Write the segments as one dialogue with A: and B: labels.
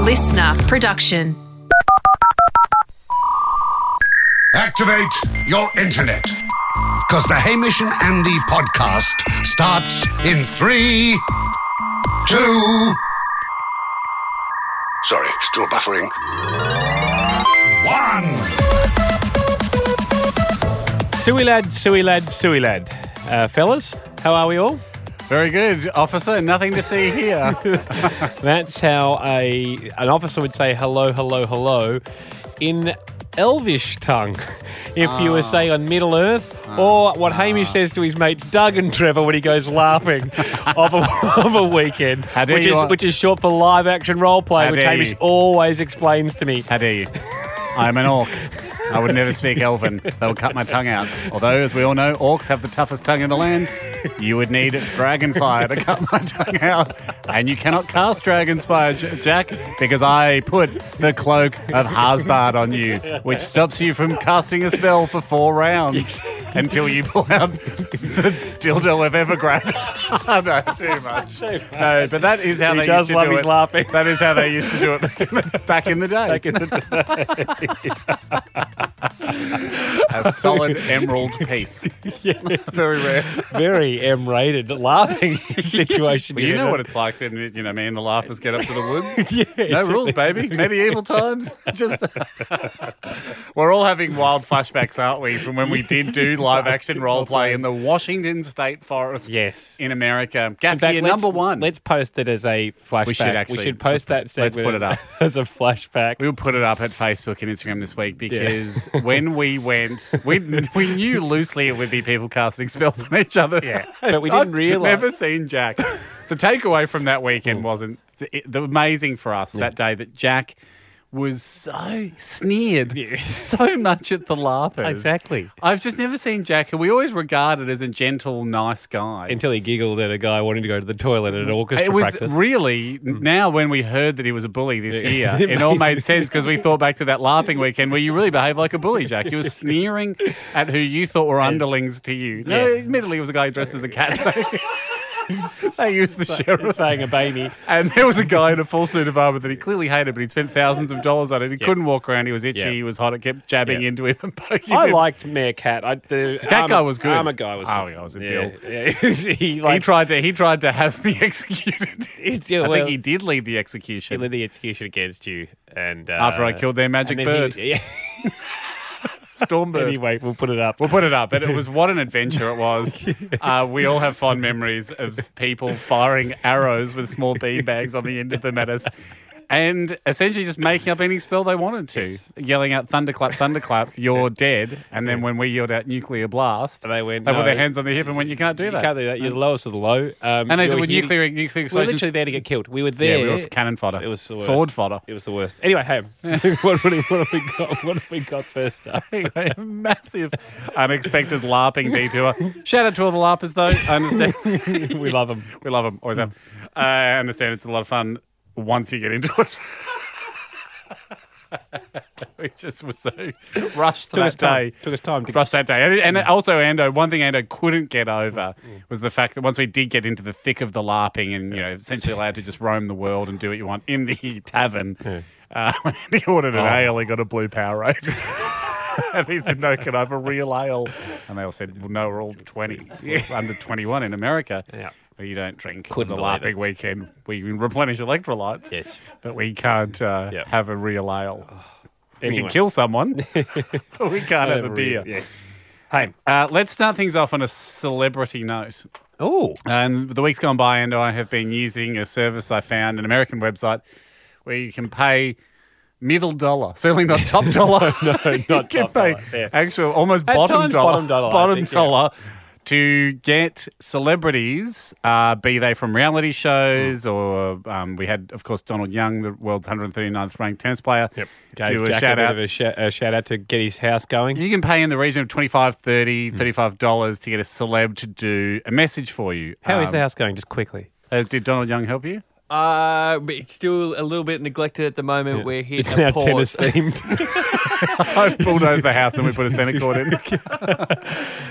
A: listener production.
B: Activate your internet. Because the Hamish and Andy podcast starts in three, two. Sorry, still buffering. One.
C: Suey lad, suey lad, suey lad. Uh, fellas, how are we all?
D: Very good, officer. Nothing to see here.
C: That's how a an officer would say hello, hello, hello in Elvish tongue. If you were,
D: Ah.
C: say, on Middle Earth, or what Hamish says to his mates Doug and Trevor when he goes laughing of, a, of a weekend,
D: How dare
C: which
D: you
C: is
D: want-
C: which is short for live action role play,
D: How
C: which
D: dare
C: Hamish
D: you.
C: always explains to me.
D: How dare you? I'm an orc. I would never speak elven. They'll cut my tongue out. Although, as we all know, orcs have the toughest tongue in the land. You would need dragon fire to cut my tongue out. And you cannot cast dragon's fire, J- Jack, because I put the cloak of Hasbard on you, which stops you from casting a spell for four rounds until you pull out the dildo of Evergrande. no, too much. No, but that is how
C: He
D: they
C: does
D: used to
C: love
D: do
C: his
D: it.
C: laughing.
D: That is how they used to do it back in the day.
C: Back in the-
D: a solid emerald piece. Very rare.
C: very M rated laughing situation.
D: Well, you know
C: in.
D: what it's like when you know me and the laughers get up to the woods.
C: Yeah.
D: No rules, baby. Medieval times. Just we're all having wild flashbacks, aren't we, from when we did do live action role play in the Washington State Forest?
C: Yes.
D: in America. Gap
C: In fact,
D: year
C: let's-
D: number one.
C: Let's post it as a flashback.
D: should actually-
C: post that
D: let's put-
C: segment.
D: let's put it up.
C: as a flashback.
D: We'll put it up at Facebook and Instagram this week because when we went, we, we knew loosely it would be people casting spells on each other. Yeah,
C: but we didn't realise.
D: Never seen Jack. The takeaway from that weekend wasn't the, the amazing for us that day that Jack was so sneered so much at the larpers.
C: Exactly.
D: I've just never seen Jack, who we always regarded as a gentle, nice guy.
C: Until he giggled at a guy wanting to go to the toilet at an orchestra
D: It was
C: practice.
D: really
C: Mm.
D: now when we heard that he was a bully this year, it all made sense because we thought back to that LARPing weekend where you really behaved like a bully, Jack. You were sneering at who you thought were underlings to you. No,
C: Yeah.
D: admittedly, it was a guy dressed as a cat. So they used the sheriff.
C: saying a baby.
D: And there was a guy in a full suit of armor that he clearly hated, but he'd spent thousands of dollars on it. He couldn't walk around. He was itchy.
C: Yeah.
D: He was hot. It kept jabbing
C: Yeah.
D: into him and poking
C: I
D: him.
C: liked Mayor Cat. I, the
D: That
C: armor-
D: guy was good.
C: Armor guy was.
D: Oh, yeah, I was a
C: yeah,
D: deal.
C: yeah. he like
D: he tried to. He tried to have me executed.
C: He did
D: I
C: well.
D: think he did lead the
C: he
D: execution.
C: led the execution against you, and uh,
D: After I killed their magic
C: and then
D: bird,
C: He, yeah,
D: Stormbird.
C: anyway, we'll put it up.
D: We'll put it up, but it was what an adventure it was. Uh, we all have fond memories of people firing arrows with small bean bags on the end of them at us, and essentially just making up any spell they wanted to, yelling out thunderclap, thunderclap, you're dead, and then when we yelled out nuclear blast,
C: And they went,
D: they put their
C: "No."
D: hands on their hip and went, you can't do
C: you
D: that.
C: can't do that. You're the lowest of the low. Um,
D: and they
C: you
D: said,
C: were
D: well,
C: here-
D: nuclear, nuclear
C: We were
D: explosions.
C: literally there to get killed. We were there.
D: yeah, we were off cannon fodder.
C: It was the worst.
D: sword fodder.
C: It was the worst. Anyway, hey, what, what, have- what have we got? What have we got first up?
D: anyway, a massive, unexpected LARPing detour. Shout out to all the LARPers, though. I understand.
C: We love them.
D: we love them. Always have.
C: Mm.
D: I understand it's a lot of fun once you get into it. we just were so rushed to
C: Took us
D: that
C: time.
D: day.
C: Took us time to Mm.
D: Rushed that day. And, and also, Ando, one thing Ando couldn't get over was the fact that once we did get into the thick of the LARPing and, you know, essentially allowed to just roam the world and do what you want in the tavern, uh, when he ordered
C: Oh.
D: an ale, he got a blue Powerade. and he said, "No, can I have a real ale?" And they all said, "Well, no, we're all twenty, We're under twenty-one in America.
C: Yeah.
D: But you don't drink
C: Couldn't
D: on the
C: believe
D: LARPing
C: it.
D: weekend. We can replenish electrolytes,
C: Yes.
D: but we can't uh,
C: Yeah.
D: have a real ale. We
C: Anyway.
D: can kill someone, but we can't have a beer.
C: Hey.
D: Uh, let's start things off on a celebrity note.
C: Oh.
D: And the week's gone by, and I have been using a service I found, an American website, where you can pay middle dollar, certainly not top dollar. no,
C: not
D: you can
C: top
D: pay
C: dollar, yeah.
D: actual almost bottom,
C: times
D: dollar,
C: bottom dollar, I
D: bottom
C: think, yeah.
D: dollar to get celebrities, uh, be they from reality
C: Hmm.
D: shows or um, we had, of course, Donald Young, the world's 139th ranked tennis player,
C: Gave
D: do
C: Jack
D: a shout
C: a bit
D: out.
C: of a, sha- a shout out to get his house going.
D: You can pay in the region of 25 30
C: Hmm.
D: $35 to get a celeb to do a message for you.
C: How is
D: Um,
C: the house going? Just quickly.
D: uh, did Donald Young help you?
E: Uh, but it's still a little bit neglected at the moment. We're here
C: It's
E: to
C: now
E: pause.
C: tennis themed.
D: I've bulldozed the house and we put a center court in.
C: Still-
E: Uh,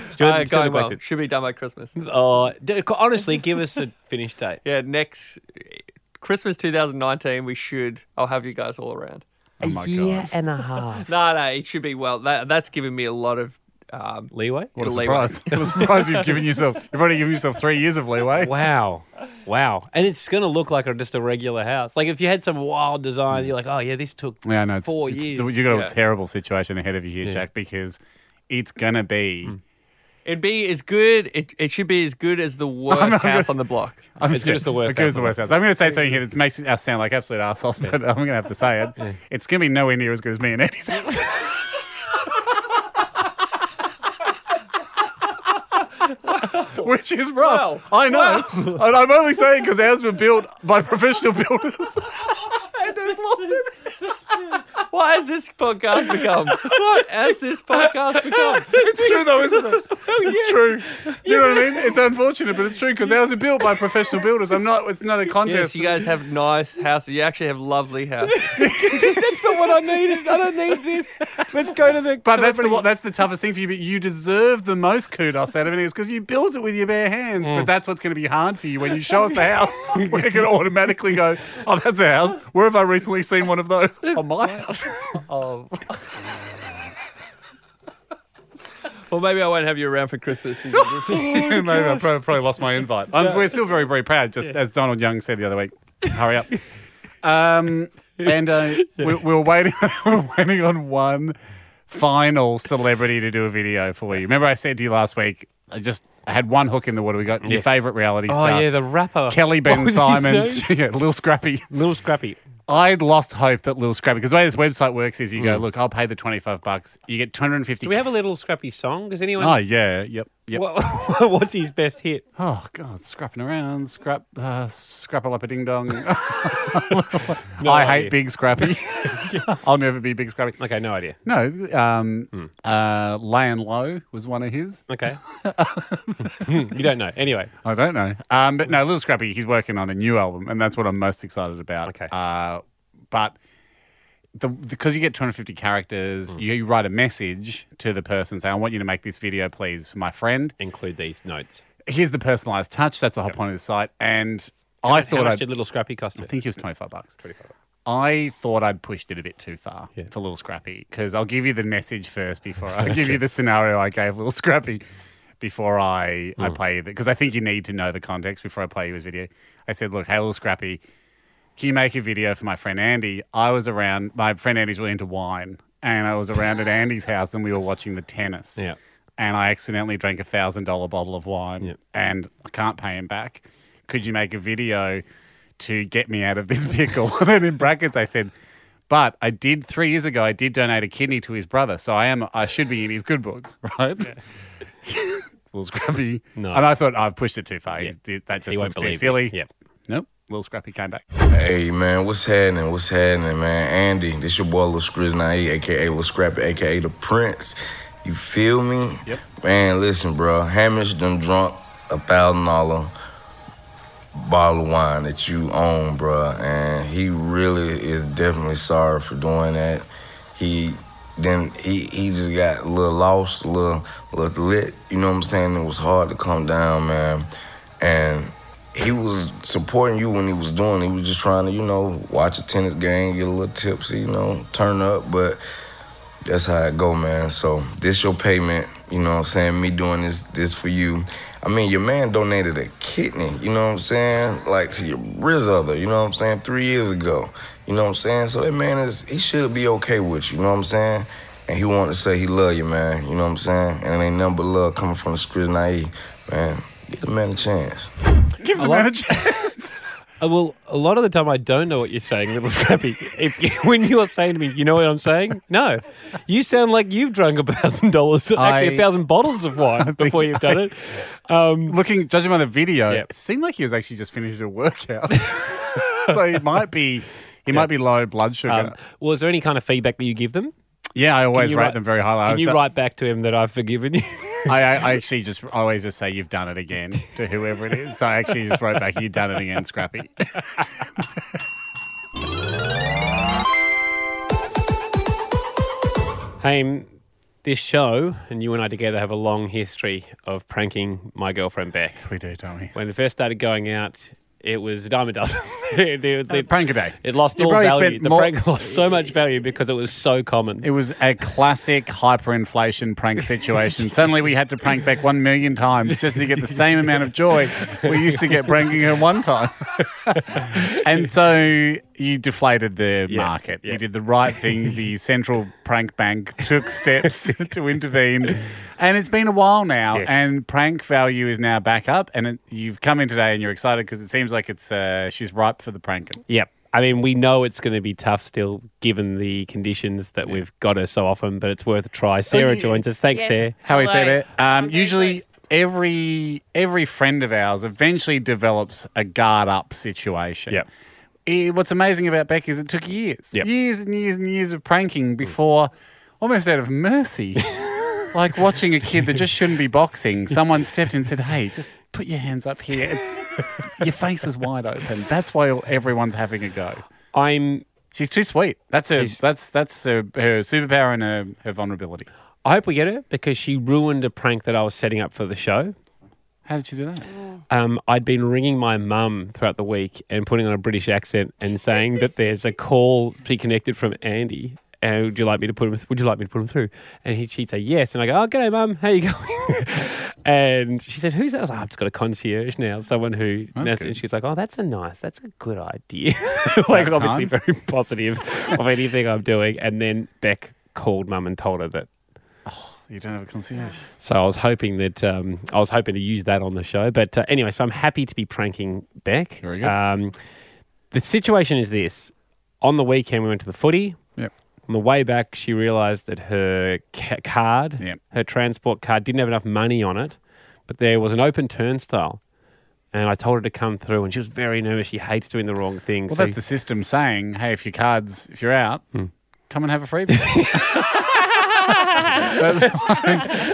C: still
E: going Uh, well.
C: neglected.
E: Should be done by Christmas.
C: Oh, d- honestly, give us a finish date.
E: Yeah, next Christmas 2019, we should. I'll have you guys all around.
D: Oh my god.
C: and a half.
E: No, no, it should be well. That, that's given me a lot of. Um,
C: Leeway?
D: What a
E: leeway.
D: surprise. what a surprise you've given yourself. You've already given yourself three years of leeway.
C: Wow. Wow. And it's going to look like a, just a regular house. Like if you had some wild design, you're like, oh, yeah, this took
D: Mm. Yeah, no, it's,
C: four
D: it's-
C: years.
D: You've got a
E: Yeah.
D: terrible situation ahead of you here, Jack, because it's going to be.
E: it'd be as good. It, it should be as good as the worst house on the block.
D: I'm
C: As good as the worst
D: As good as the
C: outcome.
D: worst house. I'm going to say something here that makes us sound like absolute assholes, but I'm going to have to say it. It's going to be nowhere near as good as me and Eddie's house. Which is rough. I know. And I'm only saying because ours were built by professional builders.
E: What has this podcast become? what has this podcast become?
D: It's true though, isn't it? It's true. Do you know what I mean? It's unfortunate, but it's true because ours are built by professional builders. I'm not. It's not a
E: Yes,
D: contest.
E: you guys have nice houses. You actually have lovely houses.
C: not what I needed. I don't need this. Let's go to the.
D: but that's the what, that's the toughest thing for you. But you deserve the most kudos out of it because you built it with your bare hands. But that's what's going to be hard for you when you show us the house. We're going to automatically go, "Oh, that's a house. Where have I recently seen one of those? On my house."
E: well, maybe I won't have you around for Christmas. You can just-
D: Maybe I probably, probably lost my invite. Um, We're still very, very proud, just as Donald Young said the other week. Hurry up. Um, and uh, we, we were waiting, we were waiting on one final celebrity to do a video for you. Remember, I said to you last week, I just I had one hook in the water. We got your favorite reality
C: Oh,
D: star.
C: yeah, the Oh, rapper.
D: Kelly Ben
C: was his
D: Simons, yeah, Lil Scrappy.
C: Little Scrappy.
D: I'd lost hope that Lil Scrappy, because the way this website works is you go, look, I'll pay the 25 bucks. You get 250.
C: Mm. Do we have a Little Scrappy song? Does anyone.
D: oh, yeah, yep, yep.
C: What- what's his best hit?
D: Oh God, scrapping around, scrap, uh, scrapple up a ding dong. I
C: idea.
D: hate big scrappy. I'll never be big scrappy.
C: Okay, no idea.
D: No, um, uh, laying low was one of his.
C: Hmm. Okay. you don't know. Anyway.
D: I don't know, um, but no, little scrappy. He's working on a new album, and that's what I'm most excited about.
C: Okay.
D: uh, but the because you get 250
C: Hmm.
D: characters, you, you write a message to the person saying, "I want you to make this video, please, for my friend."
C: Include these notes.
D: Here's the personalized touch. That's the whole point of the site, and. I
C: How
D: thought
C: much
D: I'd,
C: did Little Scrappy cost
D: I
C: it?
D: think it was 25 bucks. I thought I'd pushed it a bit too far
C: Yeah.
D: for Little Scrappy because I'll give you the message first before I give you the scenario I gave Little Scrappy before I,
C: Hmm.
D: I play it because I think you need to know the context before I play you his video. I said, Look, hey, Little Scrappy, can you make a video for my friend Andy? I was around, my friend Andy's really into wine, and I was around at Andy's house and we were watching the tennis.
C: Yeah.
D: And I accidentally drank a thousand dollar bottle of wine
C: Yeah.
D: and I can't pay him back. Could you make a video to get me out of this pickle? and then in brackets, I said, but I did three years ago, I did donate a kidney to his brother. So I am, I should be in his good books, right? Little Scrappy.
C: No.
D: And I thought, I've pushed it too far. He's- That just
C: He won't
D: looks too
C: believe
D: silly.
C: this. Yep.
D: Nope. Little Scrappy came back.
A: Hey man, what's happening? What's happening, man? Andy, this your boy Lil Scrizz Nae, aka Lil Scrappy, aka the Prince. You feel me?
D: Yep.
A: Man, listen, bro. Hamish done drunk a thousand dollar bottle of wine that you own, bro, and he really is definitely sorry for doing that. He then he he just got a little lost, a little little lit. You know what I'm saying? It was hard to come down, man, and he was supporting you when he was doing it. He was just trying to, you know, watch a tennis game, get a little tipsy, you know, turn up. But that's how it go, man. So this your payment. You know what I'm saying? Me doing this this for you. I mean, your man donated a kidney, you know what I'm saying? Like to your Riz other, you know what I'm saying? Three years ago. You know what I'm saying? So that man is he should be okay with you, you know what I'm saying? And he wanted to say he love you, man. You know what I'm saying? And it ain't nothing but love coming from the script naive, man. Give the man a chance.
D: Give the
C: like-
D: man a chance.
C: Uh, well, a lot of the time I don't know what you're saying, Little Scrappy. If you, when you're saying to me, you know what I'm saying? No, you sound like you've drunk a thousand dollars, actually
D: I-
C: a thousand bottles of wine before you've done it. Um,
D: looking judging by the video,
C: Yep.
D: it seemed like he was actually just finished a workout. so he might be he might be low blood sugar.
C: um, was there any kind of feedback that you give them?
D: yeah, I always
C: you
D: rate
C: write-
D: them very highly. I
C: Can
D: was
C: you
D: ju-
C: write back to him that I've forgiven you?
D: I, I, I actually just I always just say you've done it again to whoever it is. So I actually just wrote back, you've done it again, Scrappy.
C: Haim, this show and you and I together have a long history of pranking my girlfriend Beck.
D: we do, Tommy.
C: When we first started going out, It was a dime a dozen. They- they- they-
D: Prank a day.
C: it lost
D: Um, You
C: all
D: probably
C: value.
D: spent
C: The
D: more-
C: prank lost so much value because it was so common.
D: It was a classic hyperinflation prank situation. Suddenly we had to prank back one million times just to get the same amount of joy we used to get pranking her one time. and so you deflated the market. You did the right thing. The central prank bank took steps to intervene. And it's been a while now.
C: Yes.
D: And prank value is now back up. And it, you've come in today and you're excited because it seems like it's uh, she's ripe for the pranking.
C: Yep. I mean, we know it's going to be tough still, given the conditions that we've got her so often, but it's worth a try. Sarah
D: you-
C: joins us. Thanks,
F: Yes.
C: Sarah.
D: How we say
F: Hello.
D: that? Um,
F: I'm very
D: usually,
F: good.
D: every every friend of ours eventually develops a guard up situation.
C: Yep.
D: Eh, What's amazing about Beck is it took years,
C: Yep.
D: years and years and years of pranking before, almost out of mercy, like watching a kid that just shouldn't be boxing. Someone stepped in and said, "Hey, just put your hands up here. It's your face is wide open. That's why all- everyone's having a go."
C: I'm.
D: She's too sweet. That's her.
C: She's-
D: That's that's her, her superpower and her, her vulnerability.
C: I hope we get her because she ruined a prank that I was setting up for the show.
D: How did she do that?
C: um, I'd been ringing my mum throughout the week and putting on a British accent and saying that there's a call to be connected from Andy. And would you like me to put him? Would you like me to put him through? And he, she'd say yes, and I go, "Oh, g'day, mum, how you going?" and she said, "Who's that?" I was like, "Oh, "I've just got a concierge now, someone who."
D: That's good.
C: and she's like, "Oh, that's a nice, that's a good idea." like obviously
D: time.
C: very positive of anything I'm doing. And then Beck called mum and told her that.
D: You don't have a concierge.
C: So I was hoping that um, I was hoping to use that on the show. But uh, anyway, so I'm happy to be pranking Beck.
D: Very good.
C: Um, the situation is this: on the weekend we went to the footy.
D: Yep.
C: On the way back, she realised that her ca- card,
D: Yep.
C: her transport card, didn't have enough money on it, but there was an open turnstile. And I told her to come through, and she was very nervous. She hates doing the wrong thing.
D: Well,
C: so
D: that's the system saying, hey, if your cards, if you're out, come and have a freebie. that's,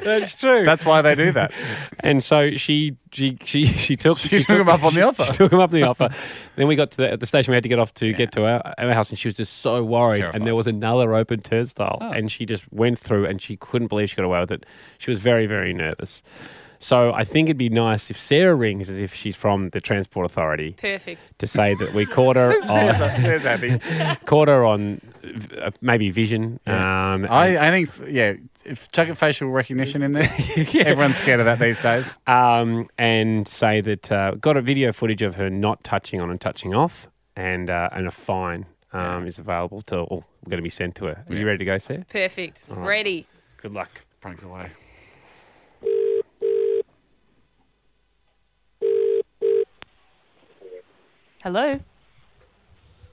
C: that's true.
D: that's why they do that.
C: And so she she she, she took
D: She took him up on the offer.
C: She took him up on the offer. Then we got to the, at the station we had to get off to get to our, our house, and she was just so worried.
D: Terrified. Oh.
C: And there was another open turnstile, and she just went through, and she couldn't believe she got away with it. She was very very nervous. So I think it'd be nice if Sarah rings as if she's from the transport authority
F: Perfect.
C: to say that we caught her
D: There's,
C: on
D: there's uh, Abby.
C: caught her on uh, maybe vision. Um,
D: I, I think, yeah, if chuck a facial recognition in there, everyone's scared of that these days. Uh,
C: um, and say that uh, got a video footage of her not touching on and touching off, and uh, and a fine um, is available to all going to be sent to her. Are you ready to go, Sarah?
F: Perfect. Ready.
C: Good luck.
D: Pranks away.
F: Hello.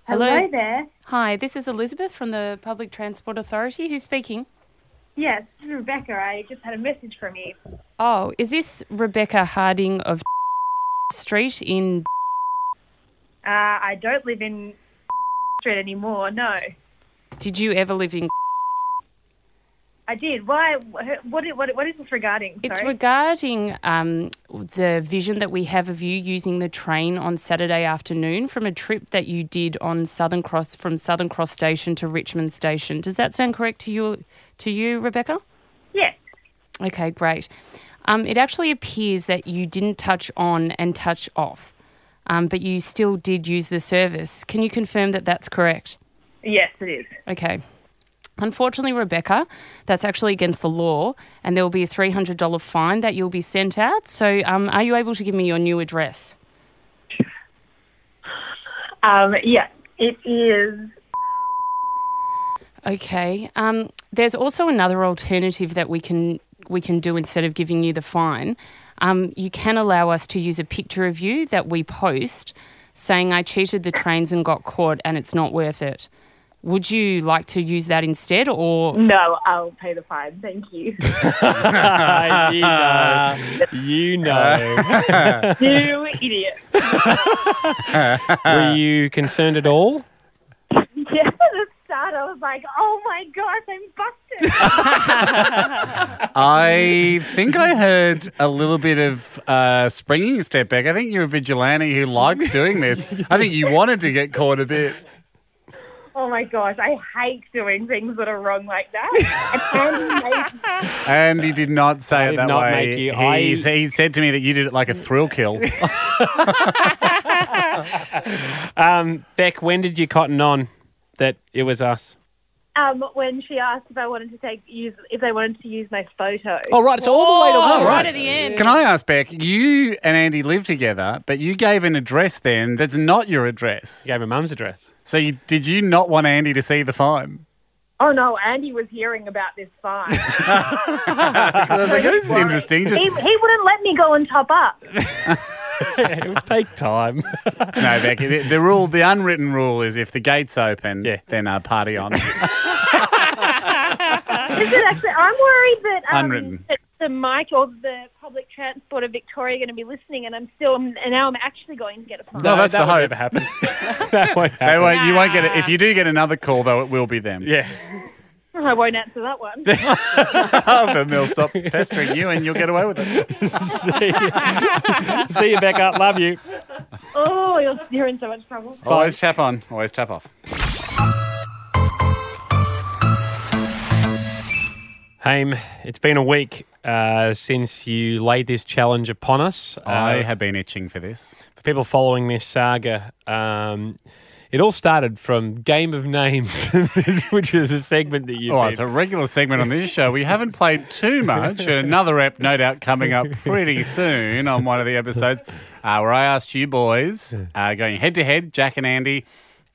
G: Hello.
F: Hello.
G: there.
F: Hi, this is Elizabeth from the Public Transport Authority. Who's speaking?
G: Yes, this is Rebecca. I just had a message from you. Uh,
F: Oh, is this Rebecca Harding of Street in?
G: Uh, I don't live in Street anymore. No,
F: Did you ever live in?
G: I did. Why? wh- What? i- What? What is this regarding?
F: It's
G: Sorry.
F: regarding um, the vision that we have of you using the train on Saturday afternoon from a trip that you did on Southern Cross from Southern Cross Station to Richmond Station. Does that sound correct to you? To you, Rebecca?
G: yes.
F: Okay, great. Um, it actually appears that you didn't touch on and touch off, um, but you still did use the service. Can you confirm that that's correct?
G: Yes, it is.
F: Okay. Unfortunately, Rebecca, that's actually against the law, and there will be a $300 fine that you'll be sent out. So, um, are you able to give me your new address?
G: Um, yes, it is.
F: Okay. Um, there's also another alternative that we can we can do instead of giving you the fine. Um, you can allow us to use a picture of you that we post, saying I cheated the trains and got caught, and it's not worth it. Would you like to use that instead, or
G: No, I'll pay the fine. Thank you.
C: you know, you know.
G: you idiot.
C: Were you concerned at all?
G: Yeah, at the start, I was like, "Oh my gosh, I'm busted."
D: I think I heard a little bit of uh, springing step back. I think you're a vigilante who likes doing this. I think you wanted to get caught a bit.
G: oh my gosh, I hate doing things that are wrong like that. And Andy made
D: And he did not say it
C: did
D: that
C: not
D: way.
C: make you-
D: he,
C: I-
D: sa- he said to me that you did it like a thrill kill.
C: Um, Beck, when did you cotton on that it was us?
G: Um, when she asked if I wanted to take use if they wanted to use my photo.
C: Oh, right, it's all the way to
F: Oh,
C: one.
F: right at the end.
D: Can I ask Beck? You and Andy live together, but you gave an address then that's not your address.
C: You gave her mum's address.
D: So you, did you not want Andy to see the fine?
G: Oh no, Andy was hearing about this fine.
D: Like, this is interesting. Just
G: he, he wouldn't let me go and top up.
C: it would take time.
D: no, Beck. The, the rule, the unwritten rule, is if the gates open,
C: Yeah.
D: then uh, party on.
G: Is it actually? I'm worried that um,
D: Unwritten.
G: that the mic or the public transport of Victoria are going to be listening, and I'm still and now I'm actually going to get a fine.
D: No, that's
C: that
D: the
C: would
D: hope.
C: Never happen. that won't happen.
D: They won't, you won't get it. If you do get another call, though, it will be them.
C: Yeah.
G: I won't answer that one.
D: then they'll stop pestering you, and you'll get away with it.
C: See you. See you, Becca. Love you.
G: oh, you're, you're in so much trouble.
D: Always tap on. Always tap off.
C: Haim, it's been a week uh, since you laid this challenge upon us.
D: I
C: Uh,
D: have been itching for this.
C: for people following this saga, um, it all started from Game of Names, which is a segment that you
D: Oh,
C: did.
D: it's a regular segment on this show. We haven't played too much. and Another app, no doubt, coming up pretty soon on one of the episodes, uh, where I asked you boys, uh, going head to head, Jack and Andy,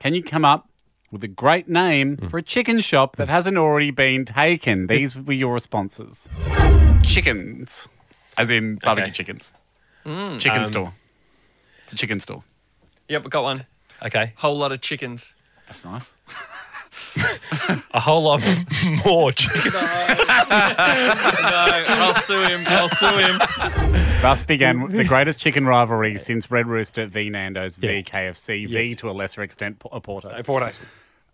D: can you come up with a great name for a chicken shop that hasn't already been taken? These were your responses. Chickens, as in barbecue chickens. Chicken store. It's a chicken store.
E: Yep, I got one.
C: Okay.
E: Whole lot of chickens.
D: That's nice.
C: A whole lot more chicken.
E: No, I'll sue him. I'll sue him.
D: Thus began the greatest chicken rivalry since Red Rooster v Nando's v KFC v
C: Yes.
D: to a lesser extent P- uh, Porto's.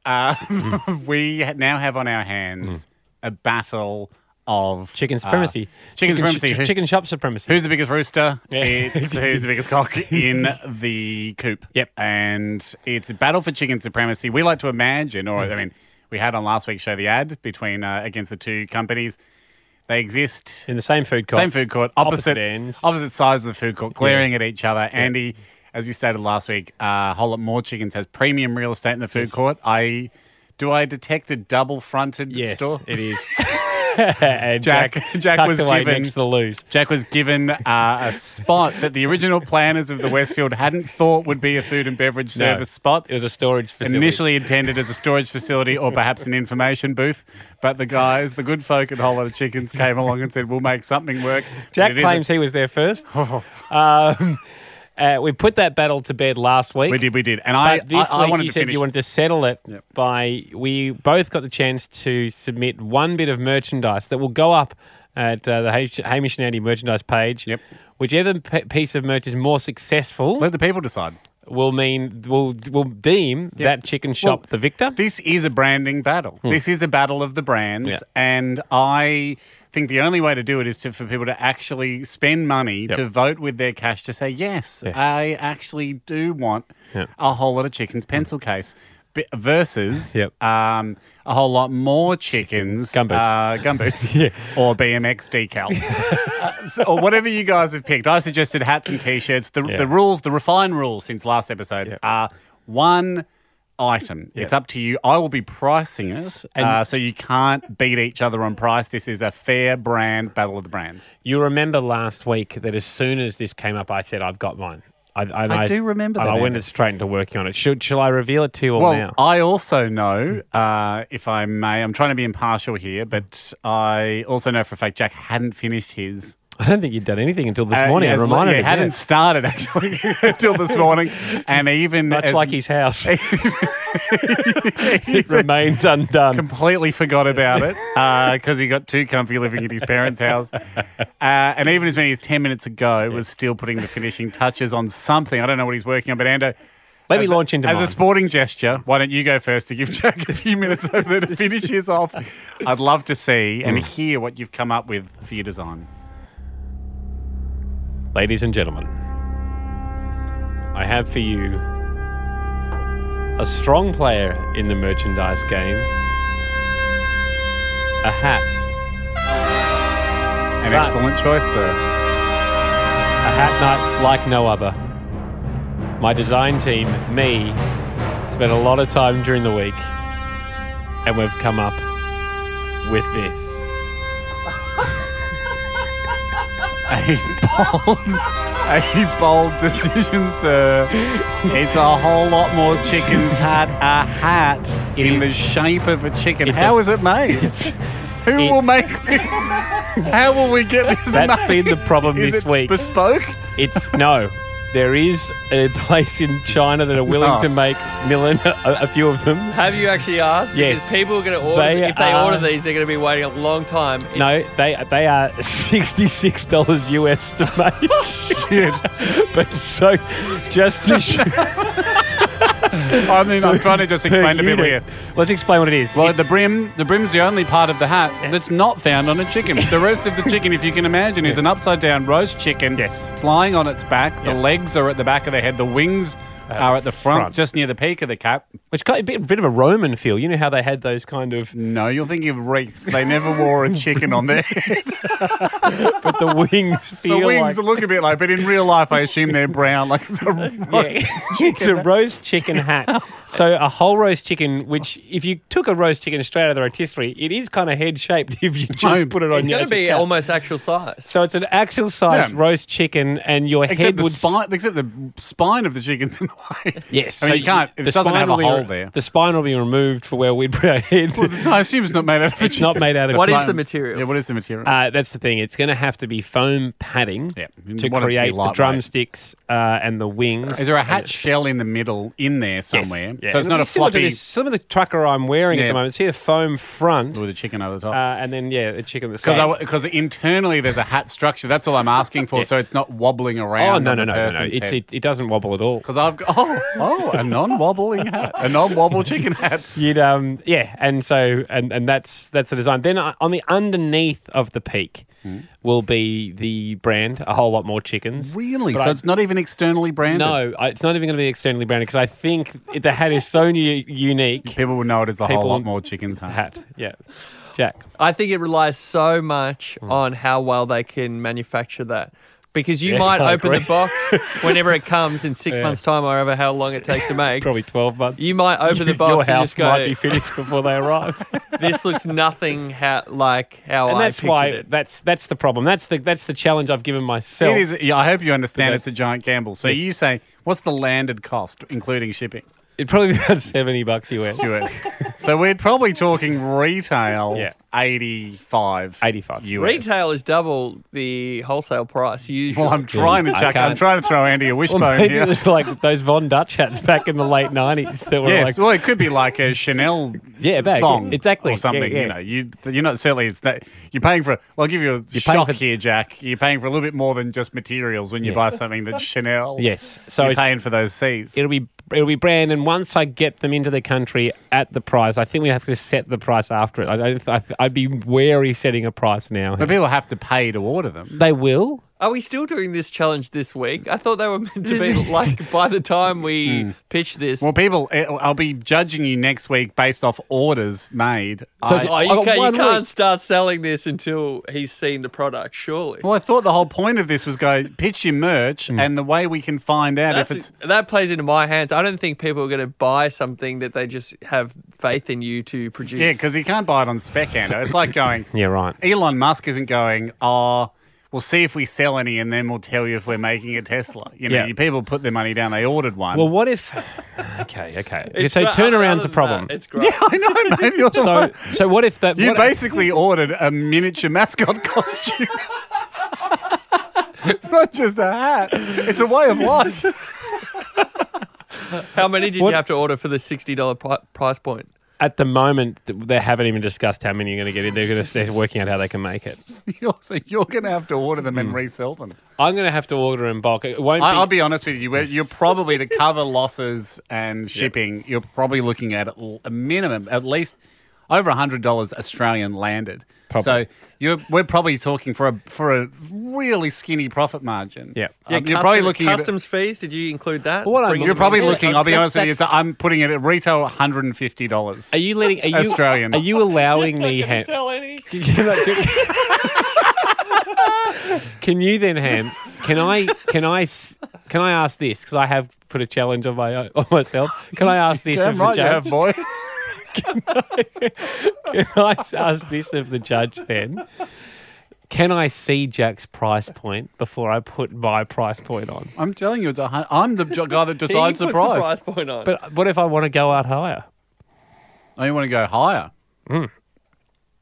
D: Um, we ha- now have on our hands a battle of
C: Mm. Chicken
D: uh,
C: supremacy.
D: chicken supremacy.
C: sh-
D: Who-
C: chicken shop supremacy.
D: Who's the biggest rooster?
C: Yeah.
D: It's who's the biggest cock in the coop.
C: Yep.
D: And it's a battle for chicken supremacy. We like to imagine, or
C: Mm.
D: I mean, we had on last week's show the ad between uh, against the two companies. They exist
C: in the same food court?
D: same food court,
C: Opposite
D: opposite
C: ends.
D: opposite sides of the food court, glaring at each other. Andy, as you stated last week, uh, whole lot more chickens has premium real estate in the food court. I do I detect a double fronted
C: Yes,
D: store?
C: it is. and
D: Jack-
C: Jack,
D: Jack
C: tucked
D: was
C: away
D: given-
C: next to the lose.
D: Jack was given uh, a spot that the original planners of the Westfield hadn't thought would be a food and beverage
C: No.
D: service spot.
C: It was a storage facility.
D: Initially intended as a storage facility or perhaps an information booth, but the guys, the good folk at Whole Lot of Chickens, came along and said, "We'll make something work." But
C: Jack
D: it is a- Oh.
C: claims he was there first. um, uh, we put that battle to bed last week.
D: we did, we did, and I,
C: But this
D: I, I
C: week
D: wanted
C: you
D: to
C: said
D: finish.
C: you wanted to settle it
D: Yep.
C: by we both got the chance to submit one bit of merchandise that will go up at uh, the Hamish- Hamish and Andy merchandise page.
D: Yep.
C: Whichever p- piece of merch is more successful
D: Let the people decide.
C: will mean will will deem that chicken shop
D: Well,
C: the victor. Hmm.
D: This is a branding battle. This is a battle of the brands,
C: Yeah.
D: and I think the only way to do it is to, for people to actually spend money
C: Yep.
D: to vote with their cash to say yes,
C: Yeah.
D: I actually do want
C: Yeah. Hmm.
D: a whole lot of chickens pencil case. b- Versus
C: Yep.
D: um, a whole lot more chickens,
C: Gumboots.
D: uh, gumboots or BMX decal, Uh, so- or whatever you guys have picked. I suggested hats and t-shirts. The,
C: Yeah.
D: the rules, the refined rules since last episode
C: Yep.
D: are one item. It's up to you. I will be pricing it, uh, so you can't beat each other on price. This is a fair brand battle of the brands.
C: You remember last week that as soon as this came up, I said I've got mine. I, I,
D: I do remember
C: and
D: that,
C: I went
D: Andy.
C: straight into working on it. Should shall I reveal it to you all
D: Well,
C: now?
D: I also know, uh, if I may, I'm trying to be impartial here, but I also know for a fact Jack hadn't finished his.
C: I don't think you'd done anything until this
D: Uh,
C: morning.
D: yes,
C: I reminded
D: yeah,
C: me,
D: hadn't
C: yeah.
D: started actually until this morning, and even
C: Much
D: as-
C: like his house. it remains undone.
D: completely forgot about it because he got too comfy living at his parents' house. Uh, and even as many as 10 minutes ago, was still putting the finishing touches on something. I don't know what he's working on, but Ando.
C: Let me
D: as
C: launch into
D: As a
C: mine.
D: sporting gesture, why don't you go first to give Jack a few minutes over there to finish his off? I'd love to see and
C: Mm.
D: hear what you've come up with for your design.
C: Ladies and gentlemen, I have for you a strong player in the merchandise game, a hat,
D: An
C: Right.
D: excellent choice, sir.
C: a hat not like no other, my design team, me, spent a lot of time during the week, and we've come up with this.
D: A bold, a bold decision, sir. It's a whole lot more chicken's hat. A hat
C: It
D: in
C: is-
D: the shape of a chicken.
C: It's
D: How
C: a-
D: is it made? Who will
C: it's-
D: make this? How will we get this
C: That's
D: made?
C: been the problem
D: Is
C: this
D: it
C: week.
D: Bespoke?
C: It's no. There is a place in China that are willing
D: No.
C: to make Milan a, a few of them.
E: Have you actually asked?
C: Yes.
E: Because people are going to order.
C: They
E: if they
C: are-
E: order these, they're going to be waiting a long time. It's-
C: No, they they are sixty six dollars US to make. but so just to sh-
D: I mean, I'm trying to just
C: per
D: explain to people
C: unit.
D: here.
C: Let's explain what it is.
D: Well,
C: It's-
D: the brim, the brim's the only part of the hat that's not found on a chicken. The rest of the chicken, if you can imagine, is an upside down roast chicken.
C: Yes.
D: It's lying on its back. The
C: Yeah.
D: legs are at the back of the head. The wings are at the front,
C: front.
D: just near the peak of the cap.
C: which got a bit, bit of a Roman feel. You know how they had those kind of
D: No, you're thinking of Reeks. They never wore a chicken on their head.
C: but the wings
D: The
C: feel
D: wings
C: like
D: look a bit like, but in real life, I assume they're brown. Like it's a roast.
C: Yeah. it's a roast chicken
D: Oh.
C: hat. So a whole roast chicken, which if you took a roast chicken straight out of the rotisserie, it is kind of head shaped if you just
D: No,
C: put it on
E: it's
C: your
E: going
C: as
E: to
C: a
E: be
C: cap.
E: almost actual size.
C: So it's an actual size
D: Yeah.
C: roast chicken, and your head
D: Except the,
C: would
D: spine, except the spine of the chicken's in the way.
C: Yes,
D: I mean, you can't. It
C: the
D: doesn't
C: spine
D: have a
C: will be-
D: hole there.
C: The spine will be removed for where we'd put our head.
D: Well, I assume it's not made out of a
C: it's not
D: chicken.
C: made out of.
E: What is
D: Foam.
E: the material?
D: Yeah, what is the material?
C: Uh, that's the thing. It's going to have to be foam padding
D: Yeah, you
C: to
D: want it to be
C: create the
D: lightweight.
C: drumsticks uh, and the wings.
D: Is there a hat shell in the middle in there
C: Yes,
D: somewhere?
C: yeah.
D: So it's not a
C: Similar to
D: floppy
C: this- Some of the trucker I'm wearing at
D: Yeah.
C: the moment. See the foam front, uh,
D: with a chicken over the top.
C: and then yeah, a chicken. the sides.
D: Because internally there's a hat structure. That's all I'm asking for. So it's not wobbling around.
C: Oh no no no no! no. It's, it, it doesn't wobble at all.
D: because I've got oh oh a non-wobbling hat, a non-wobble chicken hat.
C: You'd um yeah, and so and and that's that's the design. Then uh, on the underneath of the peak
E: Hmm.
C: will be the brand, a whole lot more chickens.
D: Really?
C: But
D: so
C: I-
D: it's not even externally branded.
C: No, I, it's not even going to be externally branded because I think it- the hat is so u- unique.
D: people would know it as the whole
C: People-
D: lot more chickens hat.
C: Hat, yeah, Jack.
E: I think it relies so much
C: Hmm.
E: on how well they can manufacture that. Because you
C: Yes,
E: might
C: I
E: open
C: agree.
E: the box whenever it comes in six
C: Yeah.
E: months' time, or however how long it takes to make.
C: Probably twelve months.
E: You might open the
C: Your
E: box and
C: house
E: just go-
C: might be finished before they arrive.
E: This looks nothing how, like how
C: and
E: I
C: that's
E: pictured
C: why
E: it.
C: that's that's the problem. That's the that's the challenge I've given myself.
D: It is. Yeah, I hope you understand.
C: Today.
D: It's a giant gamble. So you say, what's the landed cost, including shipping?
C: It'd probably be about seventy bucks US.
D: US. so we're probably talking retail
C: Yeah.
D: 85
C: 85.
D: US.
E: Retail is double the wholesale price usually.
D: Well, I'm trying to
C: I
D: chuck. I'm
C: can't-
D: trying to throw Andy a
C: Well,
D: wishbone
C: maybe
D: here.
C: it was like those Von Dutch hats back in the late nineties that were
D: yes,
C: like
D: well, it could be like a Chanel
C: Yeah, bag,
D: thong,
C: yeah, exactly.
D: or something.
C: Yeah, yeah.
D: You know, you you're not certainly it's that you're paying for. Well, I'll give you a
C: paying
D: shock
C: for-
D: here, Jack. You're paying for a little bit more than just materials when you
C: Yeah.
D: buy something that's Chanel.
C: Yes. So
D: so you're
C: it's-
D: paying for those C's.
C: it'll be it'll be brand and once I get them into the country at the price, I think we have to set the price after it. I don't I, I'd be wary setting a price now.
D: But people have to pay to order them.
C: They will.
E: Are we still doing this challenge this week? I thought they were meant to be like by the time we pitch this.
D: Hmm. Well, people, eh, I'll be judging you next week based off orders made.
C: So
D: I-
C: it's-
E: oh,
C: I
E: you,
C: got
E: can,
C: one
E: you can't
C: week.
E: start selling this until he's seen the product, surely.
D: Well, I thought the whole point of this was go pitch your merch,
C: Mm.
D: and the way we can find out if
E: That's,
D: it's
E: that plays into my hands. I don't think people are going to buy something that they just have faith in you to produce.
D: yeah, because you can't buy it on spec, Ando. It's like going.
C: Yeah, right.
D: Elon Musk isn't going. Oh, we'll see if we sell any, and then we'll tell you if we're making a Tesla. You know,
C: Yeah.
D: you people put their money down. They ordered one.
C: Well, what if Okay, okay.
E: It's
C: so
E: gra-
C: turnaround's
E: other
C: a
E: than
C: problem.
E: that, it's great.
D: I know, mate. You're the
C: so
D: one.
C: so what if that
D: You
C: what-
D: basically ordered a miniature mascot costume. it's not just a hat; it's a way of life.
E: How many did
C: What-
E: you have to order for the sixty dollar pri- price point?
C: at the moment th- they haven't even discussed how many you're going to get in. They're going to they're working out how they can make it.
D: You're, so you're going to have to order them
C: Hmm.
D: and resell them.
C: I'm going to have to order in bulk. It won't
D: I,
C: be,
D: I'll be honest with you. we're- You're probably to cover losses and shipping. You're probably looking at l- a minimum, at least over hundred dollars Australian landed.
C: Probably.
D: So you're, we're probably talking for a for a really skinny profit margin.
C: Yeah.
D: Um, you're probably looking
E: customs fees. Did you include that?
C: What I'm-
D: at. You're probably looking.
E: uh,
D: I'll be
C: That-
D: honest with you.
C: that's-
D: it's- I'm putting it at retail, one hundred and fifty dollars.
C: Are you letting? Are you,
D: Australian.
C: Are you allowing me? Ha- can you then, Ham? Can I? Can I? s- Can I ask this? Because I have put a challenge on my own, on myself. Can I ask this
D: Damn
C: of
D: right
C: the
D: you
C: judge?
D: have, boy.
C: Can I ask this of the judge then? Can I see Jack's price point before I put my price point on?
D: I'm telling you, it's a hun- I'm the jo- guy that
E: He
D: decides the
E: puts
D: price.
E: price point on.
C: But what if I want to go out higher?
D: Oh, you want to go higher? Mm.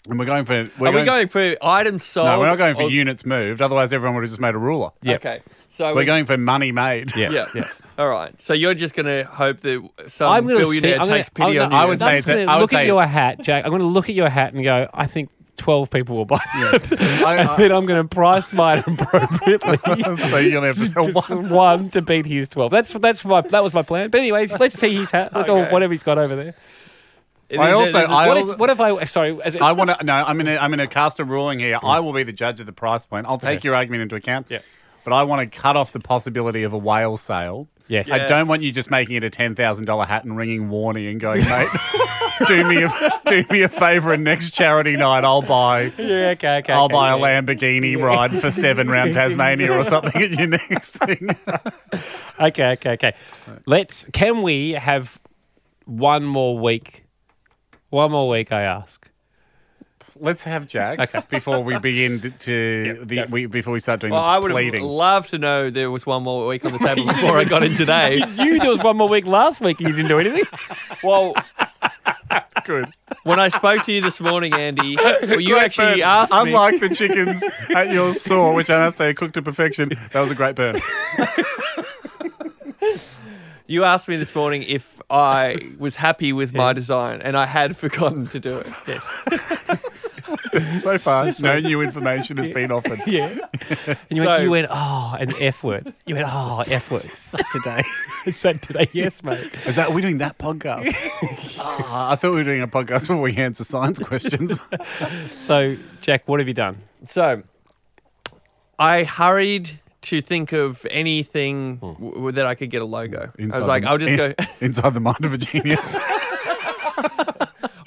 D: And we're going for. We're
E: Are we going for items sold?
D: No, we're
C: Oh,
D: not going for
E: or-
D: units moved. Otherwise, everyone would have just made a ruler.
C: Yep.
E: Okay, so
D: We're going for money made.
C: Yeah.
E: Yeah.
C: yeah.
E: All right. So you're just going to hope that
C: I'm
E: some
C: going to
E: billionaire takes pity on you.
D: I would say it's a- I would
C: look at
D: say-
C: your hat, Jack. I'm going to look at your hat and go. I think twelve people will buy it,
D: I-
C: and
D: I-
C: then I'm going to price mine appropriately.
D: so you only have to sell one.
C: One to beat his twelve. That's that's my that was my plan. But anyways, let's see his hat. Let's all,
E: Okay.
C: whatever he's got over there.
E: It
D: I
E: is- it
D: also-
E: is-
D: I
C: What
D: al-
C: if, what if I sorry? As
D: I want to. No, I'm in. A, I'm in a cast a ruling here. I will be the judge of the price point. I'll take
C: Okay.
D: your argument into account.
C: Yeah.
D: But I want to cut off the possibility of a whale sale.
C: Yes.
D: I don't
E: Yes.
D: want you just making it a ten thousand dollar hat and ringing Warnie and going, mate, do me a do me a favor and next charity night I'll buy
C: yeah, okay, okay.
D: I'll
C: okay,
D: buy a
C: yeah.
D: Lamborghini ride for seven round Tasmania or something at your next thing.
C: Okay, okay, okay. Let's. Can we have one more week? One more week, I ask.
D: Let's have Jack's before we begin th- to the we, before we start doing
E: well, I
D: the
E: would have
D: pleading.
E: loved to know there was one more week on the table before I got in today.
C: You there was one more week last week and you didn't do anything.
E: Well,
D: Good.
E: when I spoke to you this morning, Andy, well, you actually
D: burn.
E: asked me.
D: Unlike the chickens at your store, which I must say are cooked to perfection, that was a great burn.
E: You asked me this morning if I was happy with my design, and I had forgotten to do it.
D: So far, no new information has been offered.
C: Yeah. And you,
E: So-
C: went, you went, oh, an F word. You went, oh, F word.
D: Today.
C: Is that today? Yes, mate.
D: Is that we're doing that podcast? Ah, I thought we were doing a podcast where we answer science questions.
C: So, Jack, what have you done?
E: So I hurried to think of anything w- w- that I could get a logo. I was like,
D: the-
E: I'll just go.
D: inside the mind of a genius.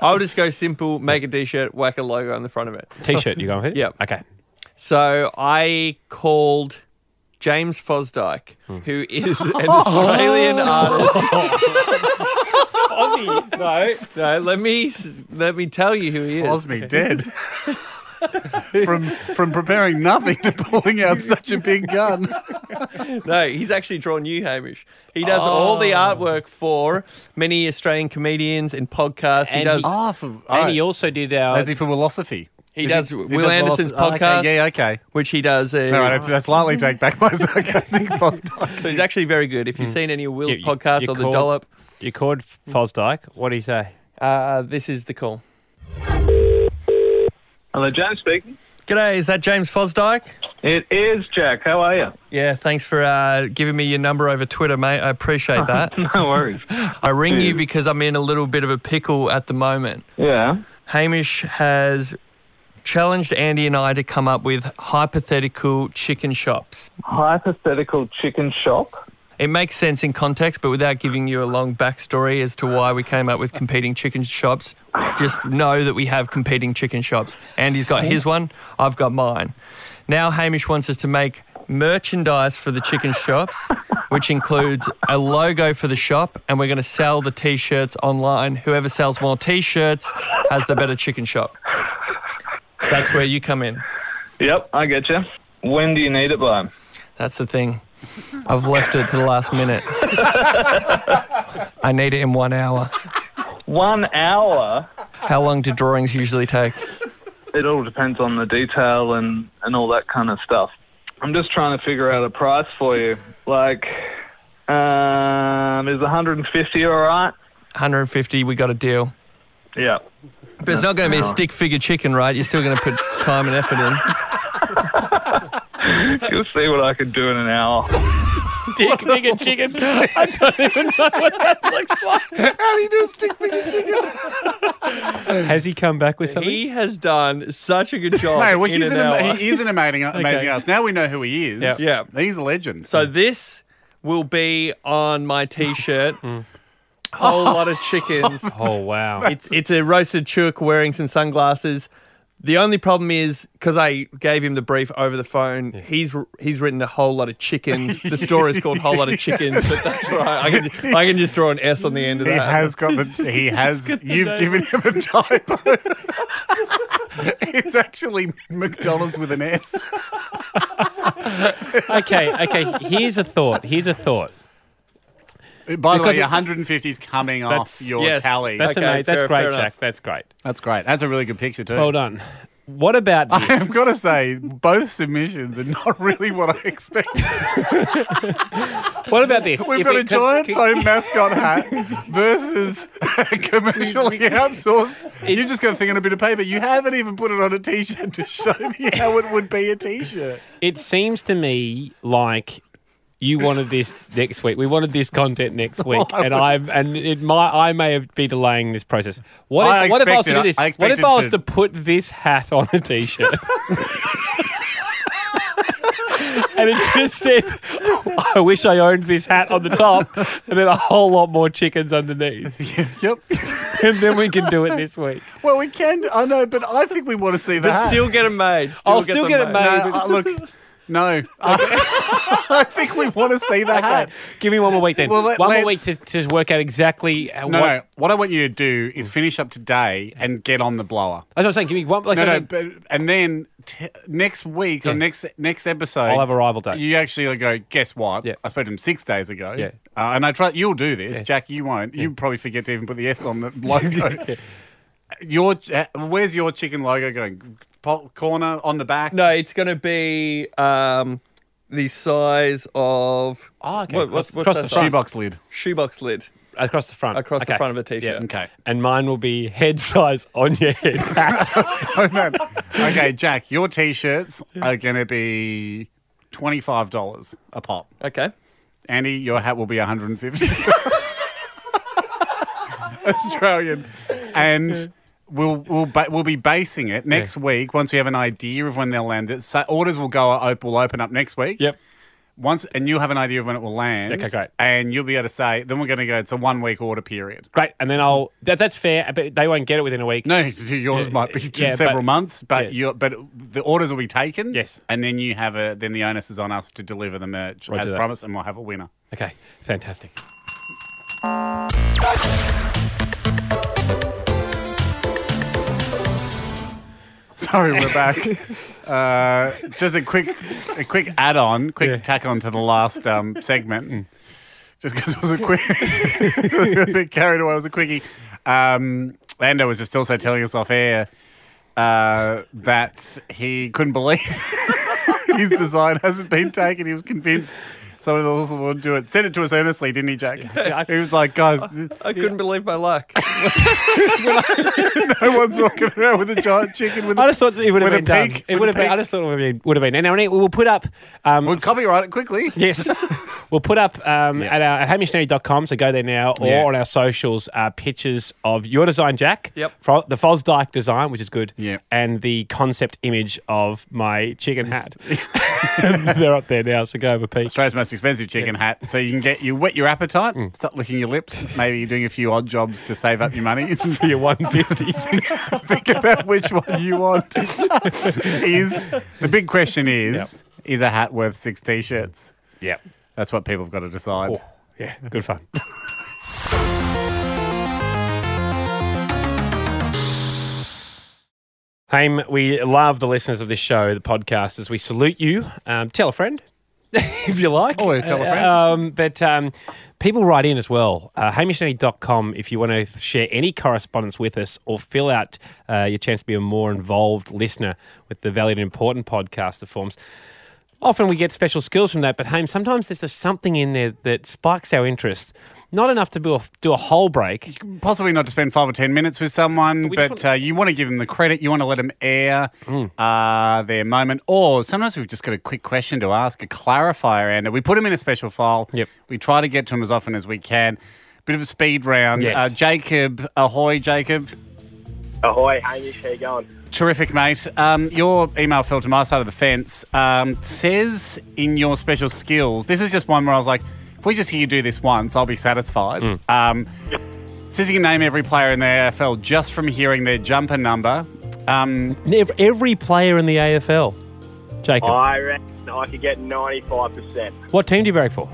E: I'll just go simple. Make a T-shirt, whack a logo on the front of it.
C: T-shirt. You going with?
E: Yeah.
C: Okay.
E: So I called James Fosdyke, who is an Australian artist.
C: Aussie.
E: No, no. Let me s- let me tell you who he is.
D: Osme dead. from from preparing nothing to pulling out such a big gun.
E: No, he's actually drawn you, Hamish. He does all the artwork for many Australian comedians and podcasts. he
C: And
E: does.
C: he-
D: Ah, for,
C: And he also did our.
D: As he for philosophy.
E: He
D: Is
E: does Oh, Will Anderson's
D: philosophy-
E: podcast.
D: Okay, yeah, okay.
E: which he does. Uh,
D: All right, I, I slightly take back my sarcastic Fosdyke.
E: So he's actually very good. If you've seen any of Will's
C: You- you-
E: podcasts
C: you
E: or the
C: called-
E: dollop,
C: You called Fosdyke. What do you say?
E: uh, this is the call.
H: Hello, James speaking.
E: G'day, is that James Fosdyke?
H: It is Jack. How are you?
E: Yeah, thanks for uh, giving me your number over Twitter, mate. I appreciate that.
H: No worries.
E: I ring you because I'm in a little bit of a pickle at the moment.
H: Yeah.
E: Hamish has challenged Andy and I to come up with hypothetical chicken shops.
H: Hypothetical chicken shop.
E: It makes sense in context, but without giving you a long backstory as to why we came up with competing chicken shops, just know that we have competing chicken shops. Andy's got his one, I've got mine. Now, Hamish wants us to make merchandise for the chicken shops, which includes a logo for the shop, and we're going to sell the t shirts online. Whoever sells more t shirts has the better chicken shop. That's where you come in.
H: Yep, I get you. When do you need it by?
E: That's the thing. I've left it to the last minute. I need it in one hour.
H: One hour.
E: How long do drawings usually take?
H: It all depends on the detail and, and all that kind of stuff. I'm just trying to figure out a price for you. Like, um, is 150 all right?
E: 150, we got a deal.
H: Yeah.
E: But it's not going to be a stick figure chicken, right? You're still going to put time and effort in.
H: You'll see what I can do in an hour.
C: Dick, bigger chicken. I don't even know what that looks like.
D: How do you do a stick figure chicken?
C: Has he come back with something?
E: He has done such a good job.
D: Oh, Mate, well,
E: in
D: he's
E: an
D: an, ama-
E: hour.
D: he is an amazing, amazing artist. Now we know who he is.
C: Yeah.
E: Yeah.
D: He's a legend.
E: So this will be on my t-shirt.
D: Mm.
E: Whole lot of chickens.
C: Oh wow.
E: It's it's a roasted chook wearing some sunglasses. The only problem is because I gave him the brief over the phone. He's he's written a whole lot of chickens. The store is called whole lot of chickens, but that's all right. I can ju- I can just draw an S on the end of
D: He
E: that.
D: has got the. He has. You've given him a typo. it's actually McDonald's with an S.
C: Okay, okay. Here's a thought. Here's a thought.
D: By the
C: Because
D: way,
C: it-
D: 150 is coming off
C: That's-
D: your
E: yes,
D: tally.
C: That's
E: Okay,
C: amazing. That's
E: fair-
C: great,
E: fair
C: Jack.
E: enough.
C: That's great.
D: That's great. That's a really good picture too.
C: Well done. What about this?
D: I've got to say, both submissions are not really what I expected.
C: What about this?
D: We've
C: If
D: got
C: it-
D: a
C: 'cause-
D: giant
C: c-
D: foam mascot hat versus a commercially outsourced. You've just got a thing on a bit of paper. You haven't even put it on a t-shirt to show me how it would be a t-shirt.
C: It seems to me like you wanted this next week. We wanted this content next week, and I and it might I may have be delaying this process. What if,
D: I
C: what if I was to do
D: expected-
C: this?
D: I
C: what if
D: expected
C: I was
D: to-
C: to put this hat on a t-shirt? And it just said, "I wish I owned this hat on the top," and then a whole lot more chickens underneath.
D: Yep.
C: And then we can do it this week.
D: Well, we can. I know, but I think we want to see
E: but
D: that.
E: still get them made.
C: I'll still
E: them
C: get it
D: no,
C: made.
D: uh, look, no. I, I think we want to see the hat.
C: Okay, give me one more week then.
D: Well, let-
C: one more week
D: let's-
C: to, to work out exactly uh,
D: No,
C: what.
D: no. What I want you to do is finish up today and get on the blower.
C: That's what I'm saying. Give me one. Like,
D: No, no,
C: something-
D: but, and then t- next week
C: Yeah.
D: or next next episode,
C: I'll have a rival day.
D: You actually go, guess what?
C: Yeah.
D: I spoke to him six days ago.
C: Yeah.
D: Uh, and I try. You'll do this,
C: Yeah.
D: Jack. You won't. You probably forget to even put the S on the logo. Your uh, where's your chicken logo going? Po- corner on the back.
E: No, it's going to be um, the size of
C: Oh, okay.
E: What- what's-
C: Across-
E: what's
C: across
E: that
C: the
E: size?
C: front.
D: shoebox lid.
E: shoebox lid.
C: across the front.
E: Across the
C: Okay.
E: front of a t-shirt.
C: Yeah.
D: Okay.
C: And mine will be head size on your head.
D: Oh, no. okay, Jack. Your t-shirts are going to be twenty five dollars a pop.
E: Okay.
D: Andy, your hat will be 150 Australian, and we'll we'll ba- we'll be basing it next week once we have an idea of when they'll land. It so orders will go uh, op- will open up next week.
C: yep.
D: Once and you'll have an idea of when it will land.
C: Okay, great.
D: And you'll be able to say then we're going to go. It's a one week order period.
C: Great. And then I'll. That, that's fair. But they won't get it within a week.
D: No, yours
C: Yeah,
D: might be
C: yeah, but-
D: several months, but
C: yeah.
D: you but the orders will be taken.
C: Yes.
D: and then you have a then the onus is on us to deliver the merch
C: Roger
D: as
C: that.
D: promised, and we'll have a winner.
C: Okay. Fantastic.
D: Sorry, we're back. uh, just a quick, a quick add-on, quick
C: Yeah. Mm.
D: tack on to the last um, segment. Just because it was a quick, a bit carried away. It was a quickie. Um, Lando was just also telling us off air uh, that he couldn't believe his design hasn't been taken. He was convinced someone else would do it. Sent it to us earnestly, didn't he, Jack? He was like, guys,
E: I couldn't believe my luck.
D: no one's walking around with a giant chicken with.
C: I just thought that it would have
D: With a
C: been done.
D: pig,
C: It
D: with
C: would
D: a
C: have been. I
D: pig.
C: just thought it would have been. Would have been. And now we will put up. Um,
D: We'll copyright it quickly.
C: Yes. we'll put up um,
D: Yeah.
C: at our at hamishnary.com, so go there now, or
D: Yeah.
C: on our socials, uh, pictures of your design, Jack.
E: Yep.
C: Fro- the Fosdyke design, which is good.
D: Yeah.
C: And the concept image of my chicken hat. They're up there now, so go over Pete.
D: Australia's most expensive chicken hat. So you can get you wet your appetite,
C: Mm.
D: start licking your lips. Maybe you're doing a few odd jobs to save up your money.
C: For your 150.
D: Think about which one you want. is the big question is is a hat worth six t-shirts?
C: yeah.
D: That's what people have got to decide.
C: Oh, yeah. Good fun. Haim, we love the listeners of this show, the podcasters. We salute you. Um, tell a friend if you like.
D: Always tell a friend.
C: Um, but um, people write in as well. Uh, HamishNetty.com if you want to share any correspondence with us or fill out uh, your chance to be a more involved listener with the Valued and Important podcast, the forms. Often we get special skills from that, but Haim, sometimes there's just something in there that spikes our interest. Not enough to do a, do a whole break.
D: Possibly not to spend five or ten minutes with someone,
C: we
D: but,
C: just Mm.
D: uh, you want to give them the credit. You want to let them air uh, their moment. Or sometimes we've just got a quick question to ask, a clarifier, and we put them in a special file.
C: Yep.
D: We try to get to them as often as we can. Bit of a speed round.
C: Yes.
D: Uh, Jacob, ahoy, Jacob.
I: Ahoy, Hamish, how you going?
D: Terrific, mate. Um, your email fell to my side of the fence. Um, says in your special skills, this is just one where I was like, if we just hear you do this once, I'll be satisfied. Um, says you can name every player in the AFL just from hearing their jumper number. Um,
C: Ev- Every player in the AFL, Jacob.
I: I reckon I could get 95%
C: What team do you barrack for?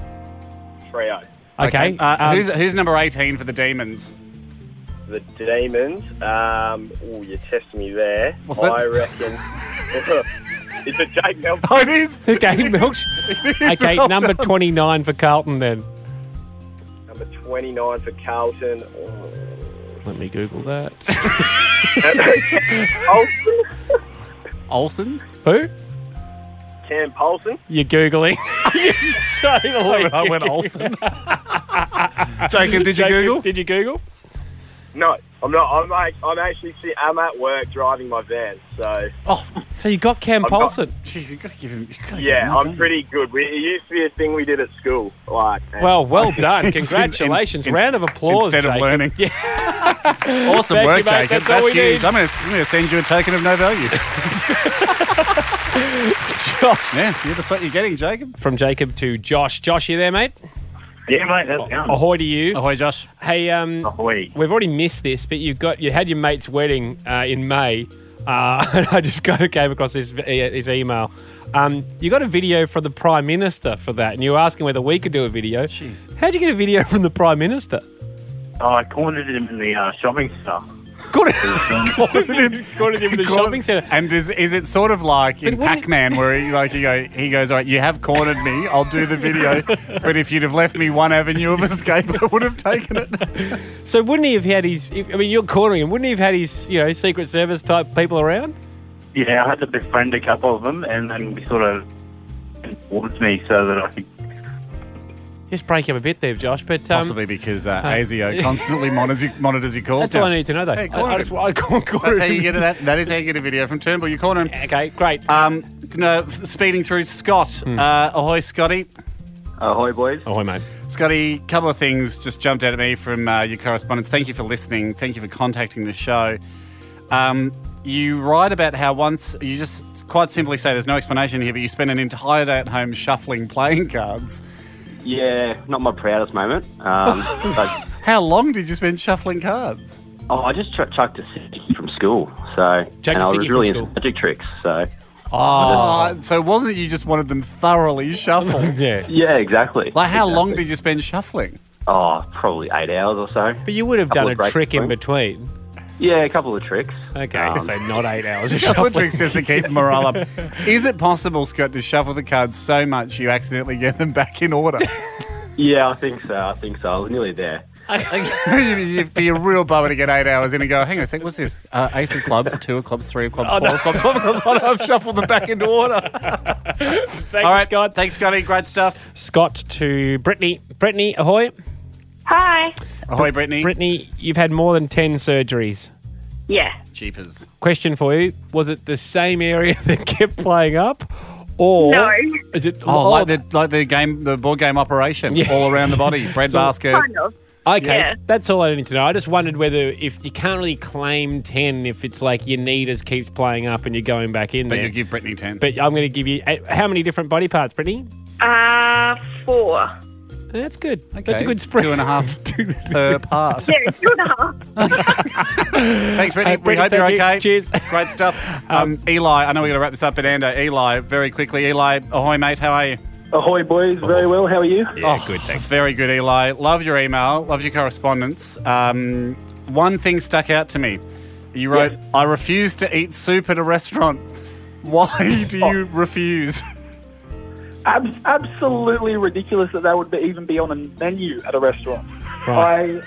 I: trio.
C: Okay.
D: Uh,
C: um,
D: who's, who's number 18 for the Demons?
I: The Demons, um, oh, you're testing me there.
D: Well, that's-
I: I reckon. Is it Jake Melbourne?
D: Oh, it is.
C: who gave Milch? Okay,
D: well
C: number
D: done.
C: 29 for Carlton then.
I: Number 29 for Carlton. Oh.
C: Let me Google that.
D: Olsen?
C: Who?
I: Cam Polson.
C: You're Googling. You're totally
D: I went
C: Googling.
D: Olsen. Jacob, did you
C: Jacob,
D: Google?
C: Did you Google?
I: No, I'm not. I'm, act- I'm actually si- I'm at work driving my van. So,
C: Oh, so you got Cam
I: got-
C: Paulson.
D: Jeez, you've got to give him. You've got to give him
I: yeah,
D: that, don't
I: I'm
D: you?
I: pretty good. We, it used to be a thing we did at school. Like, and-
C: Well, well done.
D: It's in-
C: Congratulations.
D: in-
C: Round of applause.
D: Instead
C: Jacob.
D: of learning. awesome
C: Thank you,
D: work,
C: mate.
D: Jacob.
C: That's
D: That's,
C: all we
D: huge.
C: need.
D: I'm going to send you a token of no value. yeah, yeah, that's what you're getting, Jacob.
C: From Jacob to Josh. Josh, you there, mate?
I: yeah, mate, that's going.
C: Ahoy to you.
D: Ahoy, Josh.
C: Hey, um,
I: Ahoy.
C: we've already missed this, but you got you had your mate's wedding uh, in May. Uh, and I just kind of came across his, his email. Um, you got a video from the Prime Minister for that, and you were asking whether we could do a video.
D: Jeez.
C: How'd you get a video from the Prime Minister?
I: I cornered him in the uh, shopping store.
C: Got it. Got it in the
D: Corner-
C: shopping centre.
D: And is is it sort of like in
C: wouldn't it-
D: Pac-Man where he, like you go, he goes, all right, you have cornered me. I'll do the video, but if you'd have left me one avenue of escape, I would have taken it.
C: So wouldn't he have had his? if- I mean, you're cornering him. Wouldn't he have had his? You know, Secret Service type people around.
I: Yeah, I had to befriend a couple of them, and then we sort of towards me so that I could.
C: Just break him a bit there, Josh. But um,
D: Possibly because uh, ASIO constantly monitors your, monitors your calls.
C: that's all
D: now.
C: I need to know, though.
D: Hey,
C: I, I
D: cornered
C: just,
D: him.
C: I can't corner
D: That's how you
C: him.
D: get that. That is how you get a video from Turnbull. You corner him.
C: Okay, great.
D: Um, no, f- speeding through Scott.
C: Hmm.
D: Uh, ahoy, Scotty.
I: Ahoy, boys.
C: Oh, mate.
D: Scotty, couple of things just jumped out at me from uh, your correspondence. Thank you for listening. Thank you for contacting the show. Um, you write about how once you just quite simply say there's no explanation here, but you spent an entire day at home shuffling playing cards.
I: Yeah, not my proudest moment. Um, but,
D: How long did you spend shuffling cards?
I: oh, I just ch- chucked a sickie from school, so
C: Chucked
I: and
C: a
I: I was
C: sickie
I: really into
C: from school.
I: magic tricks. So
D: Oh, so it wasn't that you just wanted them thoroughly shuffled?
C: Yeah,
I: yeah, exactly.
D: Like, how long
I: Exactly.
D: did you spend shuffling?
I: Oh, probably eight hours or so.
C: but you would have
I: Couple
C: done
I: of
C: a
I: breaks
C: trick in
I: between.
C: between.
I: Yeah, a couple of tricks.
C: Okay,
I: Um,
C: so not eight hours of
D: Shuffle
C: shuffling.
D: tricks just to keep the morale up. Is it possible, Scott, to shuffle the cards so much you accidentally get them back in order?
I: Yeah, I think so. I think so. I was nearly there.
D: You- You'd be a real bummer to get eight hours in and go, hang on a sec, what's this? Uh, ace of clubs, two of clubs, three of clubs, four of clubs, five of clubs. Oh, no, I've shuffled them back into order.
C: Thanks,
D: All right,
C: Scott.
D: Thanks, Scotty. Great stuff.
C: Scott to Brittany. Brittany, ahoy.
G: Hi.
D: Ahoy, Brittany.
C: Brittany, you've had more than ten surgeries.
G: Yeah.
D: Jeepers.
C: Question for you: Was it the same area that kept playing up, or
G: No.
C: is it?
D: Oh, like the like the game, the board game operation,
C: Yeah.
D: all around the body, bread basket.
G: Kind of.
C: Okay,
G: Yeah.
C: that's all I need to know. I just wondered whether if you can't really claim ten, if it's like your knee just keeps playing up and you're going back in
D: But
C: there.
D: you give Brittany ten.
C: but I'm going to give you eh, how many different body parts, Brittany? Eh,
G: Uh, four.
C: That's good. That's
D: Okay,
C: a good spread.
D: Two and a half per part.
G: Yeah, two and a half.
D: Thanks, Brittany.
C: Uh, Brittany,
D: we hope you're
C: thank you.
D: okay.
C: Cheers.
D: Great stuff. Um, Eli, I know we're going to wrap this up, but Ando, Eli, very quickly. Eli, ahoy, mate. How are you?
I: Ahoy, boys. Very well. How are you?
D: Yeah, good. Thanks. Very good, Eli. Love your email. Love your correspondence. Um, one thing stuck out to me. You wrote, "I refuse to eat soup at a restaurant." Why do you
C: Oh.
D: refuse?
J: Ab- absolutely ridiculous that that would be, even be on a menu at a restaurant.
C: Right.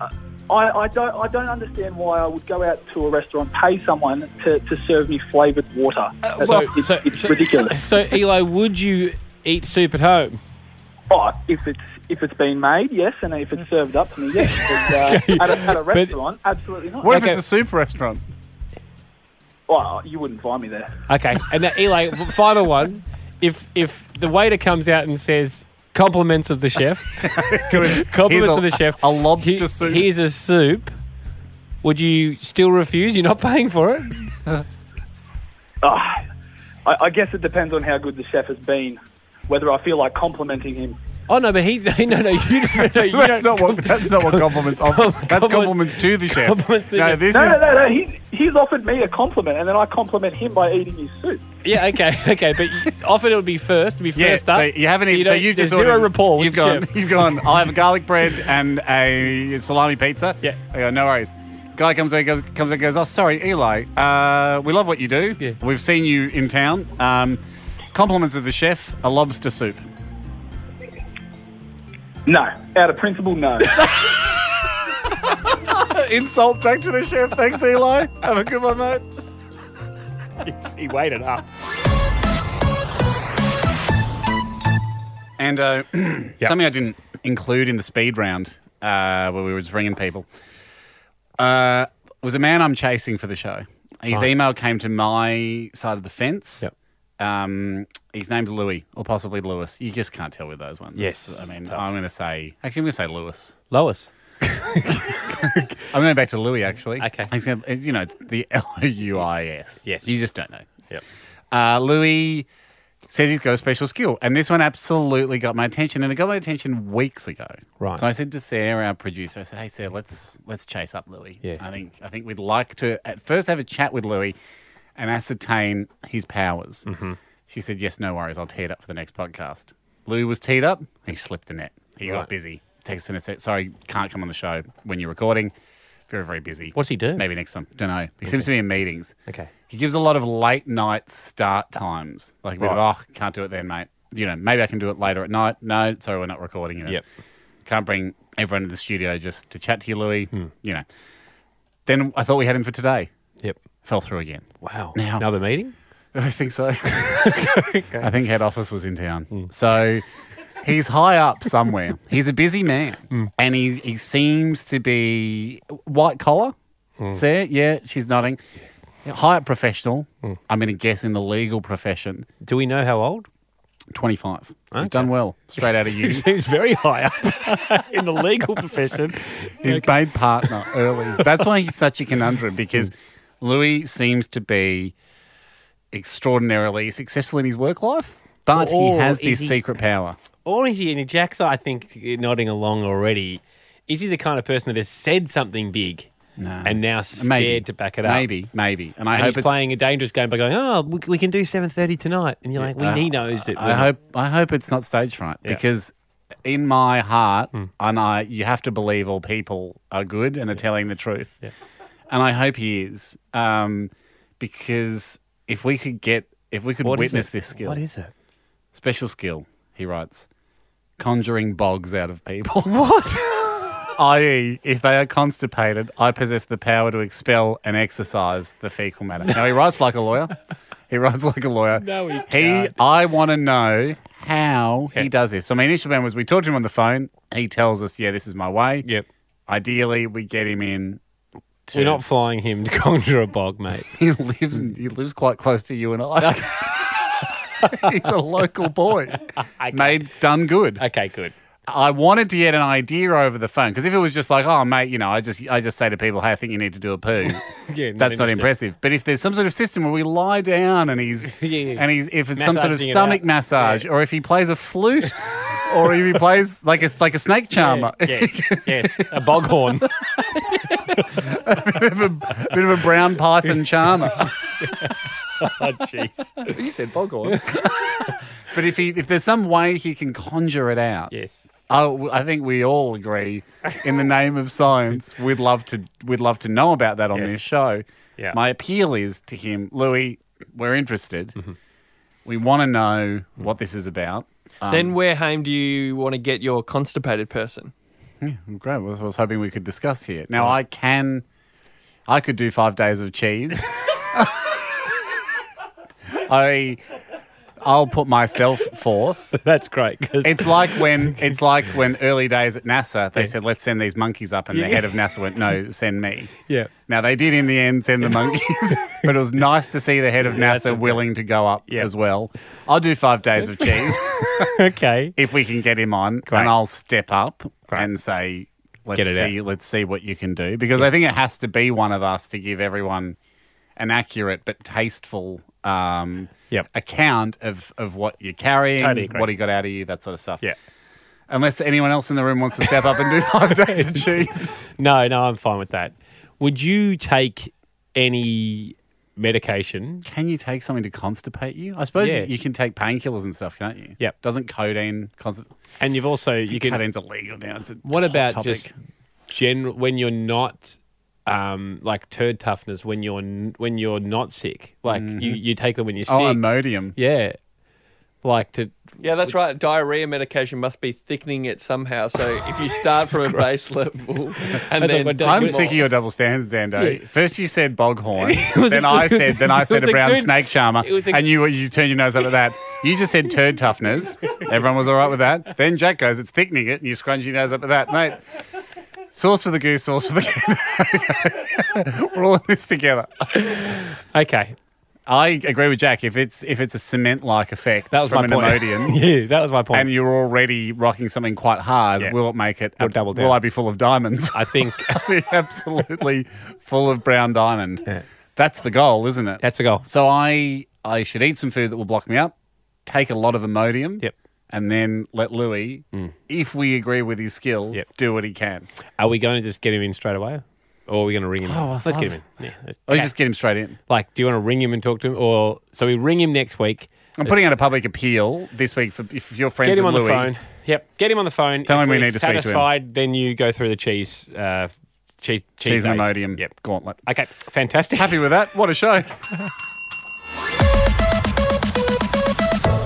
J: I, I, I don't, I don't understand why I would go out to a restaurant, pay someone to, to serve me flavoured water. That's-
C: so-
J: it's
C: so-
J: it's
C: so-
J: ridiculous.
C: So, Eli, would you eat soup at home?
J: But if it's if it's been made, yes, and if it's served up to me, yes. But, uh, at, a, at a restaurant, absolutely not.
D: What if
C: Okay.
D: it's a soup restaurant?
J: Well, you wouldn't find me there.
C: Okay, and now, Eli, final one. If if the waiter comes out and says compliments of the chef, compliments
D: Here's a-
C: of the chef,
D: a lobster
C: he-
D: soup.
C: Here's a soup. Would you still refuse? You're not paying for it.
J: Ah, I, I guess it depends on how good the chef has been, whether I feel like complimenting him.
C: Oh no, but he's no, no, no. You, no, no, you
D: that's
C: don't
D: not what. That's not what compliments. Of, that's compliments to the chef.
C: Compliments to
D: no,
C: the-
D: this
J: No,
D: is.
J: no, no, no. He, he's offered me a compliment, and then I compliment him by eating his soup.
C: Yeah, okay, okay, but you- often it would be first, it'd be
D: Yeah,
C: first up.
D: so you haven't even. So,
C: don't-
D: you've
C: there's
D: just
C: zero
D: ordered-
C: rapport. With
D: You've gone.
C: chef.
D: You've gone. I have a garlic bread and a salami pizza.
C: Yeah.
D: I go. No worries. Guy comes in, goes, comes in, goes. Oh, sorry, Eli. Uh, we love what you do.
C: Yeah.
D: We've seen you in town. Um, compliments of the chef. A lobster soup.
J: No, out of principle, no.
D: Insult back to the chef. Thanks, Eli. Have a good one, mate.
C: He waited up.
D: And uh, something I didn't include in the speed round, uh, where we were just ringing people, uh, was a man I'm chasing for the show. His email came to my side of the fence.
C: Yep.
D: Um, his name's Louis, or possibly Lewis. You just can't tell with those ones.
C: Yes,
D: I mean,
C: tough.
D: I'm going to say, actually, I'm going to say Lewis.
C: Lois.
D: I'm going back to Louis, actually.
C: Okay.
D: He's gonna, it's, you know, it's the L O U I S.
C: Yes.
D: You just don't know.
C: Yep.
D: Uh, Louis says he's got a special skill, and this one absolutely got my attention, and it got my attention weeks ago.
C: Right.
D: So I said to Sarah, our producer, I said, "Hey, Sarah, let's let's chase up Louis.
C: Yeah.
D: I think I think we'd like to at first have a chat with Louis and ascertain his powers."
C: Mm-hmm.
D: She said, "Yes, no worries. I'll tee it up for the next podcast." Louis was teed up. He slipped the net. He
C: Right.
D: got busy. Texted us, said, "Sorry, can't come on the show when you're recording. Very, very busy."
C: What's he do?
D: Maybe next time. Don't know. He seems to be in meetings.
C: Okay.
D: He gives a lot of late night start times. Like a bit
C: Right.
D: of, oh, can't do it then, mate. You know, maybe I can do it later at night. No, sorry, we're not recording. You know,
C: Yep.
D: can't bring everyone to the studio just to chat to you, Louis.
C: Hmm.
D: You know. Then I thought we had him for today.
C: Yep.
D: Fell through again.
C: Wow.
D: Now-
C: Another meeting.
D: I think so. I think head office was in town.
C: Hmm.
D: So he's high up somewhere. He's a busy man.
C: Hmm.
D: And he, he seems to be white collar.
C: Hmm.
D: See it? Yeah, she's nodding. High up professional.
C: Hmm.
D: I'm going to guess in the legal profession.
C: Do we know how old?
D: 25.
C: Okay.
D: He's done well. Straight out of
C: He
D: uni.
C: seems very high up in the legal profession.
D: He's made partner early. That's why he's such a conundrum because Louis seems to be extraordinarily successful in his work life, but
C: Or
D: he has
C: is
D: this
C: he-
D: secret power.
C: Or is he, and Jack's, I think, nodding along already, is he the kind of person that has said something big and now scared to back it up?
D: Maybe, maybe. And I
C: And
D: hope
C: he's
D: it's,
C: playing a dangerous game by going, oh, we, we can do 7.30 tonight. And you're like, well,
D: I-
C: he knows that.
D: Uh, I
C: we're-
D: hope I hope it's not stage fright because in my heart,
C: Hmm.
D: and I you have to believe all people are good and are telling the truth, and I hope he is, um, because if we could get if we could
C: What is
D: witness
C: it?
D: this skill,
C: What is it?
D: special skill? He writes, conjuring bogs out of people.
C: What?
D: i.e., if they are constipated, I possess the power to expel and exercise the fecal matter. Now, he writes like a lawyer. He writes like a lawyer.
C: No, he can't.
D: I want to know how he does this. So, my initial plan was we talked to him on the phone. He tells us, yeah, this is my way.
C: Yep.
D: Ideally, we get him in. To,
C: We're not flying him to conjure a bog, mate.
D: he lives.
C: Hmm.
D: He lives quite close to you and I. He's a local boy. Made done good.
C: Okay, good.
D: I wanted to get an idea over the phone because if it was just like, oh mate, you know, I just I just say to people, hey, I think you need to do a poo.
C: Yeah, not
D: that's not
C: interested.
D: impressive. But if there's some sort of system where we lie down and he's
C: Yeah, yeah.
D: and he's if it's some sort of
C: Massaging it
D: stomach
C: out.
D: massage or if he plays a flute or if he plays like a like a snake charmer,
C: Yeah, yes, a boghorn.
D: bit, of a, bit of a brown python charmer.
C: oh, jeez.
D: you said boghorn. but if he if there's some way he can conjure it out,
C: Yes.
D: Oh, I think we all agree. In the name of science, we'd love to we'd love to know about that on
C: Yes.
D: this show.
C: Yeah.
D: My appeal is to him, Louis. We're interested.
C: Mm-hmm.
D: We want to know what this is about. Um,
E: then where home do you want to get your constipated person?
D: great. Well, that's what I was hoping we could discuss here. Now I can, I could do five days of cheese. I, I'll put myself forth.
C: That's great. 'cause-
D: It's like when it's like when early days at NASA they said let's send these monkeys up, and the head of NASA went no, send me.
C: Yeah.
D: Now they did in the end send the monkeys, but it was nice to see the head of NASA willing to go up
C: Yeah.
D: as well. I'll do five days of cheese
C: okay.
D: if we can get him on, and I'll step up and say let's
C: Get it
D: see let's see what you can do because I think it has to be one of us to give everyone an accurate but tasteful. Um,
C: Yep.
D: Account of, of what you're carrying,
C: Totally agree.
D: what he got out of you, that sort of stuff.
C: Yeah.
D: Unless anyone else in the room wants to step up and do five days of cheese.
C: No, no, I'm fine with that. Would you take any medication?
D: Can you take something to constipate you? I suppose
C: Yes.
D: you, you can take painkillers and stuff, can't you?
C: Yep.
D: Doesn't codeine const-
C: And you've also you can.
D: codeine's illegal now? It's a
C: what
D: hot
C: about
D: topic.
C: just general when you're not um, like turd toughness when you're n- when you're not sick? Like you, you take them when you're sick.
D: Mm-hmm. oh Imodium?
C: yeah, like to
E: Yeah, that's right. Diarrhea medication must be thickening it somehow. So if you start from a base level and
C: That's
E: then
C: like what
D: I'm
C: Good-
D: sick of your double standards, Dando.
C: Yeah.
D: First you said boghorn,
C: was
D: then
C: a
D: I
C: good-
D: said, then I
C: it
D: said a
C: was a
D: brown
C: good-
D: snake charmer,
C: it was a-
D: and you you turned your nose up at that. You just said turd toughness. Everyone was all right with that. Then Jack goes, it's thickening it, and you scrunge your nose up at that, mate. Sauce for the goose, sauce for the goose. We're all in this together.
C: okay.
D: I agree with Jack. If it's if it's a cement like effect
C: That was
D: from
C: my
D: an
C: point.
D: Imodium,
C: yeah, that was my point.
D: and you're already rocking something quite hard,
C: Yeah.
D: will it make it?
C: We'll double down.
D: Will I be full of diamonds?
C: I think
D: I'll be absolutely full of brown diamond.
C: Yeah.
D: That's the goal, isn't it?
C: that's a goal.
D: so I I should eat some food that will block me up, take a lot of Imodium,
C: Yep. Mm.
D: and then let Louis, if we agree with his skill,
C: Yep.
D: do what he can.
C: Are we going to just get him in straight away, or are we going to ring him?
D: Oh, I
C: let's
D: love-
C: get him in. Yeah, let's-
D: Or you just get him straight in.
C: like, do you want to ring him and talk to him, or so we ring him next week?
D: I'm putting out a public appeal this week for if you're friends
C: Get him
D: with
C: on
D: Louis,
C: the phone. Yep, get him on the phone.
D: Tell
C: If
D: him we
C: we're
D: need to speak to him.
C: satisfied, then you go through the cheese, uh, cheese, cheese,
D: Cheese and
C: days.
D: Imodium
C: Yep.
D: gauntlet.
C: Okay, fantastic.
D: Happy with that? What a show.